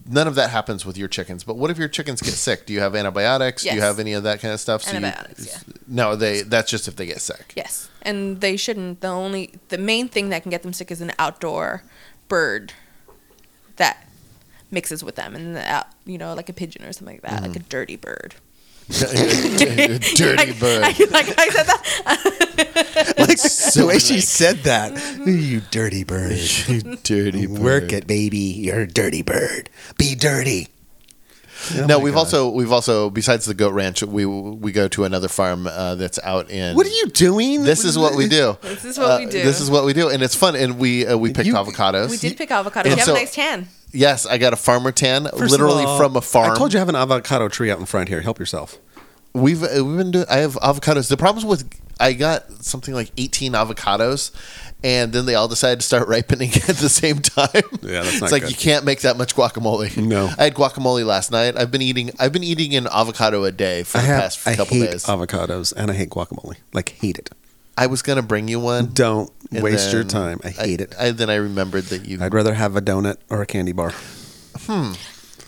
[SPEAKER 1] none of that happens with your chickens. But what if your chickens get sick? Do you have antibiotics? Do you
[SPEAKER 3] Yes.
[SPEAKER 1] have any of that kind of stuff? you-
[SPEAKER 3] Antibiotics, yeah.
[SPEAKER 1] No, they. That's just if they get sick.
[SPEAKER 3] Yes, and they shouldn't. The only the main thing that can get them sick is an outdoor bird that mixes with them, and the out, you know, like a pigeon or something like that,
[SPEAKER 2] Mm.
[SPEAKER 3] like a dirty bird.
[SPEAKER 1] <laughs>
[SPEAKER 3] <laughs>
[SPEAKER 1] Dirty bird.
[SPEAKER 3] I, <laughs> like I said that.
[SPEAKER 2] <laughs>
[SPEAKER 3] <laughs>
[SPEAKER 2] Like
[SPEAKER 1] so
[SPEAKER 2] the way
[SPEAKER 1] <laughs>
[SPEAKER 2] she
[SPEAKER 1] like-
[SPEAKER 2] said that,
[SPEAKER 3] Mm-hmm.
[SPEAKER 2] you dirty bird. <laughs>
[SPEAKER 1] Dirty
[SPEAKER 2] Work it, baby. You're a dirty bird. Be dirty. Oh
[SPEAKER 1] no,
[SPEAKER 2] my
[SPEAKER 1] we've
[SPEAKER 2] God.
[SPEAKER 1] also we've also besides the goat ranch, we we go to another farm uh, that's out in.
[SPEAKER 2] What are you doing?
[SPEAKER 1] This is what we do.
[SPEAKER 3] <laughs> This is what
[SPEAKER 1] Uh,
[SPEAKER 3] we do.
[SPEAKER 1] This is what we do, and it's fun. And we uh, we picked
[SPEAKER 2] You-
[SPEAKER 1] avocados.
[SPEAKER 3] We did pick avocados. You
[SPEAKER 1] And
[SPEAKER 3] have
[SPEAKER 1] so-
[SPEAKER 3] a nice tan.
[SPEAKER 1] Yes, I got a farmer tan,
[SPEAKER 2] First of
[SPEAKER 1] literally
[SPEAKER 2] all,
[SPEAKER 1] from a farm.
[SPEAKER 2] I told you I have an avocado tree out in front here. Help yourself.
[SPEAKER 1] we've uh, we've been doing. I have avocados. The problems with I got something like eighteen avocados, and then they all decided to start <laughs> ripening at the same time.
[SPEAKER 2] Yeah, that's
[SPEAKER 1] it's
[SPEAKER 2] not
[SPEAKER 1] like
[SPEAKER 2] good.
[SPEAKER 1] you can't make that much guacamole.
[SPEAKER 2] No.
[SPEAKER 1] <laughs> I had guacamole last night. I've been eating. I've been eating an avocado a day for
[SPEAKER 2] I
[SPEAKER 1] the
[SPEAKER 2] have.
[SPEAKER 1] past
[SPEAKER 2] I
[SPEAKER 1] couple
[SPEAKER 2] hate
[SPEAKER 1] days.
[SPEAKER 2] avocados and I hate guacamole. Like hate it.
[SPEAKER 1] I was gonna bring you one.
[SPEAKER 2] Don't
[SPEAKER 1] and
[SPEAKER 2] waste your
[SPEAKER 1] then
[SPEAKER 2] time. I hate it.
[SPEAKER 1] I, then I remembered that you.
[SPEAKER 2] I'd rather have a donut or a candy bar.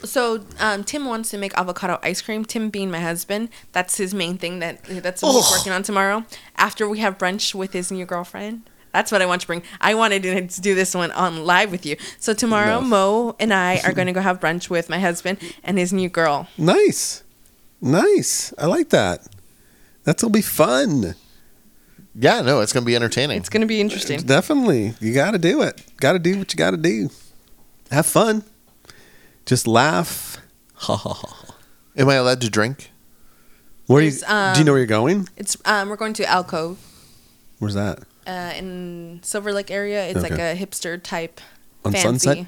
[SPEAKER 3] So um, Tim wants to make avocado ice cream. Tim being my husband, that's his main thing that that's what he's
[SPEAKER 1] Ugh.
[SPEAKER 3] working on tomorrow. After we have brunch with his new girlfriend, that's what I want to bring. I wanted to do this one on live with you. So tomorrow,
[SPEAKER 2] No.
[SPEAKER 3] Mo and I are going to go have brunch with my husband and his new girl.
[SPEAKER 2] Nice, nice. I like that. That'll be fun.
[SPEAKER 1] yeah, no, it's gonna be entertaining.
[SPEAKER 3] It's going to be interesting.
[SPEAKER 2] Definitely. You got to do it. Got to do what you got to do. Have fun. Just laugh. Ha ha ha. ha.
[SPEAKER 1] Am I allowed to drink?
[SPEAKER 2] Where you,
[SPEAKER 3] There's, um,
[SPEAKER 2] do you know where you're going?
[SPEAKER 3] It's um, we're going to Alco
[SPEAKER 2] Where's that?
[SPEAKER 3] uh, in Silver Lake area. It's like
[SPEAKER 2] Okay.
[SPEAKER 3] a hipster type.
[SPEAKER 2] On Sunset?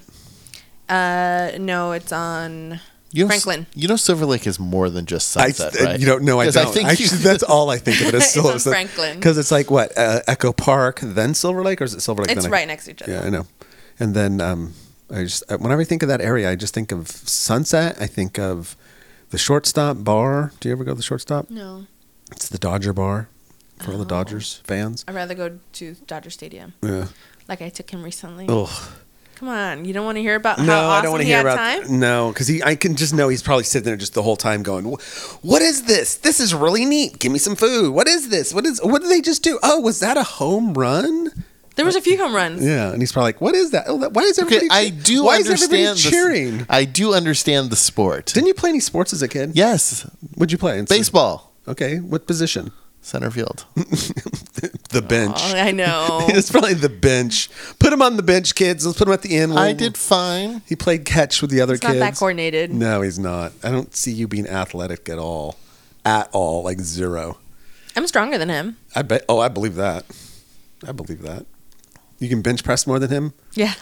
[SPEAKER 3] Uh, no, it's on.
[SPEAKER 1] You know,
[SPEAKER 3] Franklin.
[SPEAKER 1] You know, Silver Lake is more than just sunset,
[SPEAKER 2] I, uh,
[SPEAKER 1] right?
[SPEAKER 2] You don't know. I
[SPEAKER 1] 'Cause
[SPEAKER 2] don't.
[SPEAKER 1] think
[SPEAKER 2] I-
[SPEAKER 1] <laughs> you-
[SPEAKER 2] <laughs> that's all I think of it as
[SPEAKER 3] It's
[SPEAKER 2] still
[SPEAKER 3] on Franklin.
[SPEAKER 2] Because it's like what uh, Echo Park, then Silver Lake, or is it Silver Lake?
[SPEAKER 3] It's
[SPEAKER 2] then
[SPEAKER 3] right next to each other.
[SPEAKER 2] Yeah, I know. And then um, I just uh, whenever I think of that area, I just think of Sunset. I think of the Shortstop Bar. Do you ever go to the Shortstop?
[SPEAKER 3] No,
[SPEAKER 2] It's the Dodger Bar for
[SPEAKER 3] Oh.
[SPEAKER 2] all the Dodgers fans.
[SPEAKER 3] I'd rather go to Dodger Stadium.
[SPEAKER 2] Yeah.
[SPEAKER 3] like I took him recently.
[SPEAKER 2] Ugh.
[SPEAKER 3] Come on, you don't want to hear about
[SPEAKER 2] Oh. No,
[SPEAKER 3] how awesome
[SPEAKER 2] I don't want to
[SPEAKER 3] he
[SPEAKER 2] hear
[SPEAKER 3] had
[SPEAKER 2] about
[SPEAKER 3] time.
[SPEAKER 2] no, because he I can just know he's probably sitting there just the whole time going, "Wh- "What is this? This is really neat. Give me some food. What is this? What is? What did they just do? Oh, was that a home run?
[SPEAKER 3] There was a few home runs.
[SPEAKER 2] Yeah." And he's probably like, "What is that? Oh, that, why is everybody?
[SPEAKER 1] Okay, I do
[SPEAKER 2] Why is
[SPEAKER 1] understand
[SPEAKER 2] everybody
[SPEAKER 1] the-
[SPEAKER 2] cheering?
[SPEAKER 1] I do understand the sport.
[SPEAKER 2] Didn't you play any sports as a kid?
[SPEAKER 1] yes,
[SPEAKER 2] What'd you play? In-
[SPEAKER 1] baseball,
[SPEAKER 2] Okay. What position?
[SPEAKER 1] center field.
[SPEAKER 2] <laughs> The bench.
[SPEAKER 3] Oh,
[SPEAKER 2] <laughs>
[SPEAKER 3] I know.
[SPEAKER 2] it's probably the bench. Put him on the bench, kids. Let's put him at the end.
[SPEAKER 1] I
[SPEAKER 2] We'll-
[SPEAKER 1] did fine.
[SPEAKER 2] He played catch with the other
[SPEAKER 3] It's not
[SPEAKER 2] kids.
[SPEAKER 3] that coordinated.
[SPEAKER 2] No, he's not. I don't see you being athletic at all. At all. Like zero.
[SPEAKER 3] I'm stronger than him.
[SPEAKER 2] I bet oh I believe that. I believe that. You can bench press more than him?
[SPEAKER 3] Yeah.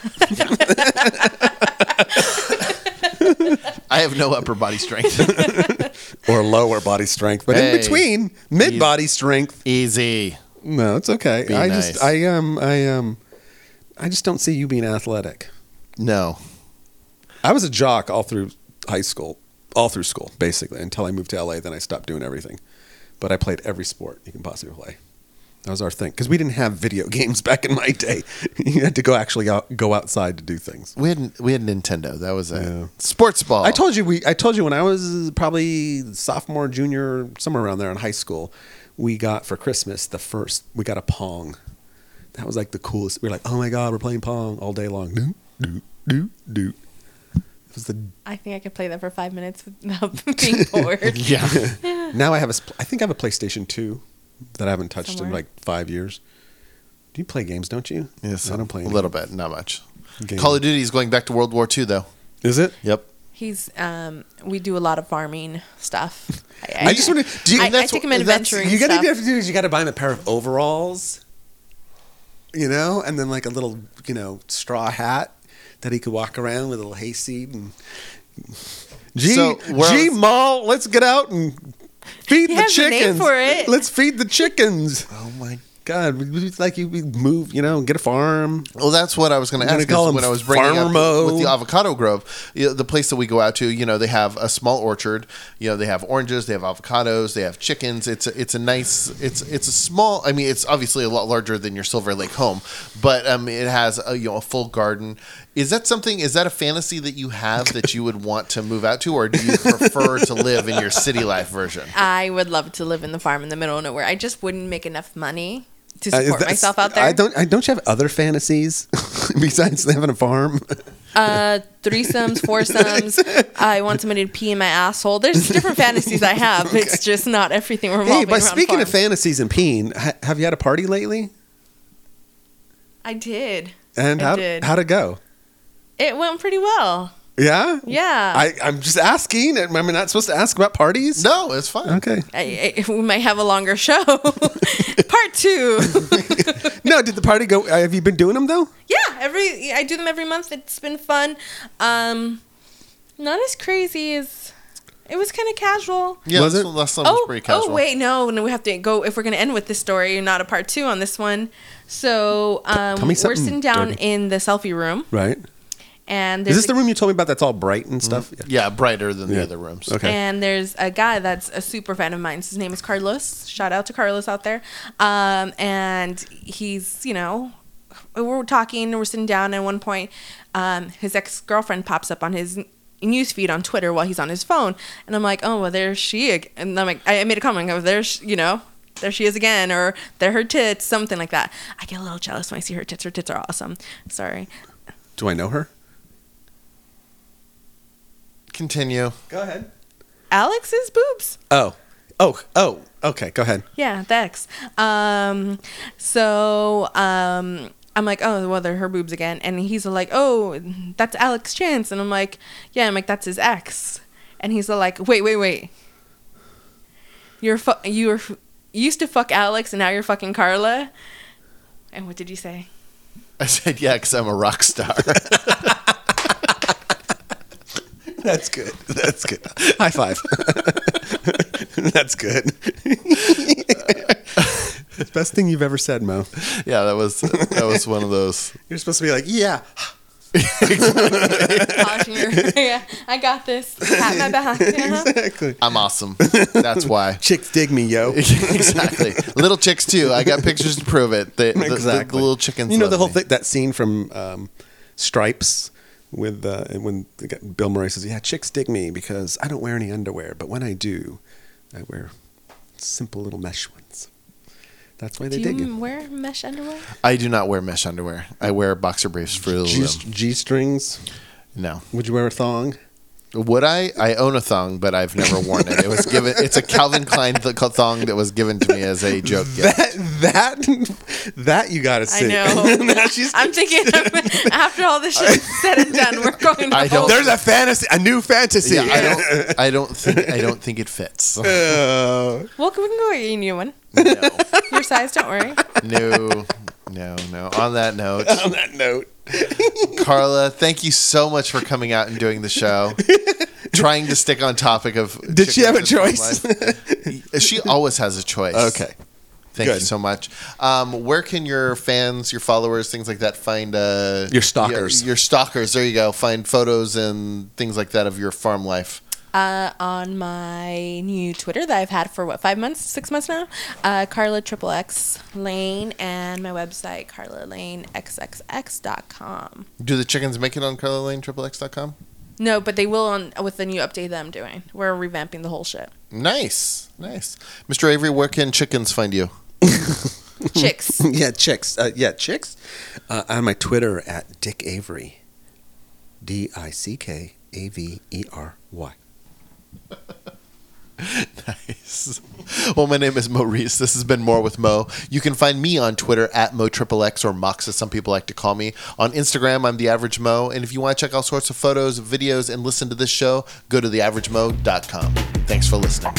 [SPEAKER 1] I have no upper body
[SPEAKER 2] <laughs>
[SPEAKER 1] strength.
[SPEAKER 2] or lower body strength, but
[SPEAKER 1] Hey.
[SPEAKER 2] in between mid body strength.
[SPEAKER 1] Easy.
[SPEAKER 2] No, it's okay.
[SPEAKER 1] Be
[SPEAKER 2] I
[SPEAKER 1] nice.
[SPEAKER 2] just I um I um I just don't see you being athletic.
[SPEAKER 1] No.
[SPEAKER 2] I was a jock all through high school, all through school basically until I moved to LA. Then I stopped doing everything, but I played every sport you can possibly play. That was our thing because we didn't have video <laughs> games back in my day. you had to go actually out, go outside to do things.
[SPEAKER 1] We had we had Nintendo. That was it.
[SPEAKER 2] Yeah.
[SPEAKER 1] Sports ball.
[SPEAKER 2] I told you we. I told you when I was probably sophomore, junior, somewhere around there in high school, we got for Christmas the first. We got a pong. That was like the coolest. We were like, oh my god, we're playing pong all day long. Do do do do. It was the.
[SPEAKER 3] <laughs> I think I could play that for five minutes without <laughs> being
[SPEAKER 2] <laughs>
[SPEAKER 3] bored.
[SPEAKER 1] Yeah.
[SPEAKER 2] <sighs> Now I have a. sp- I think I have a PlayStation Two, that I haven't touched
[SPEAKER 3] Somewhere.
[SPEAKER 2] in like five years. Do you play games? Don't you?
[SPEAKER 1] yes.
[SPEAKER 2] I don't play
[SPEAKER 1] a
[SPEAKER 2] any.
[SPEAKER 1] little bit, not much.
[SPEAKER 2] Game.
[SPEAKER 1] Call of Duty is going back to World War II though.
[SPEAKER 2] Is it?
[SPEAKER 1] Yep.
[SPEAKER 3] He's um, we do a lot of farming stuff.
[SPEAKER 2] I, just want to. Do you,
[SPEAKER 3] I, I
[SPEAKER 1] that's
[SPEAKER 3] took
[SPEAKER 1] what-
[SPEAKER 3] him adventuring.
[SPEAKER 2] you gotta
[SPEAKER 3] stuff.
[SPEAKER 2] you have to do is you gotta buy him a pair of overalls, you know, and then like a little you know straw hat that he could walk around with a little hayseed and. Gee,
[SPEAKER 1] So, where I
[SPEAKER 2] gee,
[SPEAKER 1] was-
[SPEAKER 2] Maul, let's get out and feed
[SPEAKER 3] He
[SPEAKER 2] the
[SPEAKER 3] has a name
[SPEAKER 2] chickens.
[SPEAKER 3] for it.
[SPEAKER 2] Let's feed the chickens.
[SPEAKER 1] Oh my.
[SPEAKER 2] God, we- we- it's like you we move, you know, get a farm.
[SPEAKER 1] Well, that's what I was going to
[SPEAKER 2] gonna
[SPEAKER 1] ask.
[SPEAKER 2] call
[SPEAKER 1] is
[SPEAKER 2] him
[SPEAKER 1] when I was bringing
[SPEAKER 2] Farmer
[SPEAKER 1] up
[SPEAKER 2] Mo.
[SPEAKER 1] with the avocado grove, you know, the place that we go out to, you know, they have a small orchard. You know, they have oranges, they have avocados, they have chickens. It's a, it's a nice. It's it's a small. I mean, it's obviously a lot larger than your Silver Lake home, but um, it has a you know a full garden. Is that something? Is that a fantasy that you have that you would want to move out to, or do you prefer to live in your city life version?
[SPEAKER 3] I would love to live in the farm in the middle of nowhere. I just wouldn't make enough money to
[SPEAKER 2] Uh,
[SPEAKER 3] support
[SPEAKER 2] that's-
[SPEAKER 3] myself out there.
[SPEAKER 2] I don't. I, don't you have other fantasies <laughs> besides having a farm?
[SPEAKER 3] uh, threesomes,
[SPEAKER 2] <laughs>
[SPEAKER 3] foursomes. I want somebody to pee in my asshole. There's different fantasies I
[SPEAKER 2] <laughs>
[SPEAKER 3] have. It's just not everything revolving
[SPEAKER 2] hey, by
[SPEAKER 3] around
[SPEAKER 2] speaking of
[SPEAKER 3] farms.
[SPEAKER 2] fantasies and peeing, ha- have you had a party lately?
[SPEAKER 3] I did.
[SPEAKER 2] And
[SPEAKER 3] I
[SPEAKER 2] how
[SPEAKER 3] did.
[SPEAKER 2] how'd it go?
[SPEAKER 3] It went pretty well.
[SPEAKER 2] Yeah.
[SPEAKER 3] Yeah.
[SPEAKER 2] Mm. I, I'm just asking. Am I not supposed to ask about parties?
[SPEAKER 1] No, it's fine.
[SPEAKER 2] Okay.
[SPEAKER 3] I, I, we might have a longer show. <laughs> Part two.
[SPEAKER 2] <laughs> No, did the party go? uh, Have you been doing them though?
[SPEAKER 3] yeah, every I do them every month. It's been fun. Um, not as crazy as it was. Kind of casual.
[SPEAKER 1] Yeah,
[SPEAKER 2] Was
[SPEAKER 1] this
[SPEAKER 2] it?
[SPEAKER 1] one- last one was
[SPEAKER 3] Oh,
[SPEAKER 1] pretty casual.
[SPEAKER 3] oh wait, no, no, we have to go if we're gonna end with this story, not a part two on this one. So um,
[SPEAKER 2] Tell me
[SPEAKER 3] we're
[SPEAKER 2] something
[SPEAKER 3] sitting down
[SPEAKER 2] dirty.
[SPEAKER 3] in the selfie room,
[SPEAKER 2] Right.
[SPEAKER 3] and
[SPEAKER 2] Is
[SPEAKER 3] there's
[SPEAKER 2] this the
[SPEAKER 3] a,
[SPEAKER 2] room you told me about that's all bright and stuff? Mm-hmm. Yeah.
[SPEAKER 1] Yeah, brighter than the
[SPEAKER 2] Yeah.
[SPEAKER 1] other rooms.
[SPEAKER 2] Okay.
[SPEAKER 3] and there's a guy that's a super fan of mine. His name is Carlos. Shout out to Carlos out there. Um, and he's you know we we're talking, we're sitting down, and at one point, um, his ex girlfriend pops up on his news feed on Twitter while he's on his phone, and I'm like, oh well, there's she, ag-. and I'm like, I I made a comment, I go, there's sh- you know, there she is again, or there her tits, something like that. I get a little jealous when I see her tits. Her tits are awesome. Sorry.
[SPEAKER 2] Do I know her?
[SPEAKER 1] Continue.
[SPEAKER 2] Go ahead.
[SPEAKER 3] Alex's boobs.
[SPEAKER 2] Oh. Oh. Oh. Okay. Go ahead.
[SPEAKER 3] Yeah, Dex. Um, so um, I'm like, oh, well, they're her boobs again. And he's like, oh, that's Alex Chance. And I'm like, yeah, I'm like, that's his ex. And he's like, wait, wait, wait. You're fu- you were f- you used to fuck Alex, and now you're fucking Carla. And what did
[SPEAKER 2] <laughs>
[SPEAKER 3] you say?
[SPEAKER 1] I said, yeah, because I'm a rock star.
[SPEAKER 2] <laughs>
[SPEAKER 1] <laughs>
[SPEAKER 2] That's good. That's good. High five. <laughs> that's <laughs> good. Best thing you've ever said, Mo.
[SPEAKER 1] yeah, that was that was one of those.
[SPEAKER 2] You're supposed to be like, yeah. <laughs>
[SPEAKER 3] Polishing your- yeah, I got this. Pat
[SPEAKER 2] <laughs>
[SPEAKER 3] my back. Uh-huh.
[SPEAKER 2] Exactly.
[SPEAKER 1] I'm awesome. That's why. <laughs>
[SPEAKER 2] Chicks dig me, <laughs> yo.
[SPEAKER 1] exactly. Little chicks too. I got pictures to prove it. The, the- the- The,
[SPEAKER 2] exactly.
[SPEAKER 1] little chickens.
[SPEAKER 2] You know
[SPEAKER 1] love
[SPEAKER 2] the whole
[SPEAKER 1] me.
[SPEAKER 2] thing, that scene from um, Stripes with uh, and when the guy- Bill Murray says, "Yeah, chicks dig me because I don't wear any underwear, but when I do, I wear simple little mesh ones. That's why
[SPEAKER 3] Do
[SPEAKER 2] they dig
[SPEAKER 3] you
[SPEAKER 2] you."
[SPEAKER 3] wear mesh underwear?
[SPEAKER 1] I do not wear mesh underwear. I wear boxer briefs for the
[SPEAKER 2] G,
[SPEAKER 1] room.
[SPEAKER 2] G strings.
[SPEAKER 1] No.
[SPEAKER 2] Would you wear a thong?
[SPEAKER 1] Would I? I own a thong, but I've never worn it. It was given. It's a Calvin Klein th- thong that was given to me as a joke gift.
[SPEAKER 2] <laughs> That that that you gotta
[SPEAKER 3] I
[SPEAKER 2] see.
[SPEAKER 3] know.
[SPEAKER 2] <laughs> Now she's-
[SPEAKER 3] I'm thinking
[SPEAKER 2] <laughs>
[SPEAKER 3] after all this shit is said and done, we're going to
[SPEAKER 1] I don't-
[SPEAKER 3] hold-
[SPEAKER 2] there's a fantasy, a new fantasy.
[SPEAKER 1] Yeah, I don't. I don't think. I don't think it
[SPEAKER 2] <laughs>
[SPEAKER 1] fits.
[SPEAKER 2] Uh, <laughs>
[SPEAKER 3] Well, we can go get you a new one.
[SPEAKER 1] No.
[SPEAKER 3] Your size, don't worry.
[SPEAKER 1] No. No, no. On that note,
[SPEAKER 2] On that note,
[SPEAKER 1] Carla, thank you so much for coming out and doing the
[SPEAKER 2] <laughs>
[SPEAKER 1] show. Trying to stick on topic of
[SPEAKER 2] did she have a
[SPEAKER 1] chickens in
[SPEAKER 2] choice?
[SPEAKER 1] life. she always has a choice.
[SPEAKER 2] okay.
[SPEAKER 1] Thank you
[SPEAKER 2] Good.
[SPEAKER 1] so much. Um, where can your fans, your followers, things like that find uh,
[SPEAKER 2] Your stalkers.
[SPEAKER 1] Your, your stalkers. There you go. Find photos and things like that of your farm life.
[SPEAKER 3] uh, on my new Twitter that I've had for what five months, six months now. Uh, Carla Triple X Lane and my website carlalanexxx.com.
[SPEAKER 1] Do the chickens make it on CarlaLaneXXX.com?
[SPEAKER 3] No, but they will on with the new update that I'm doing. We're revamping the whole shit.
[SPEAKER 1] Nice, nice. Mr. Avery, where can chickens find you?
[SPEAKER 2] <laughs>
[SPEAKER 3] Chicks.
[SPEAKER 2] Yeah, chicks. Uh, yeah, chicks. Uh, on my Twitter at Dick Avery. D I C K A V E R Y.
[SPEAKER 1] Nice. <laughs> Well, my name is Maurice. This has been More with Mo. You can find me on Twitter at Mo Triple X or Mox, as some people like to call me. On Instagram, I'm The Average Mo. And if you want to check all sorts of photos, videos, and listen to this show, go to TheAverageMo.com. Thanks for listening.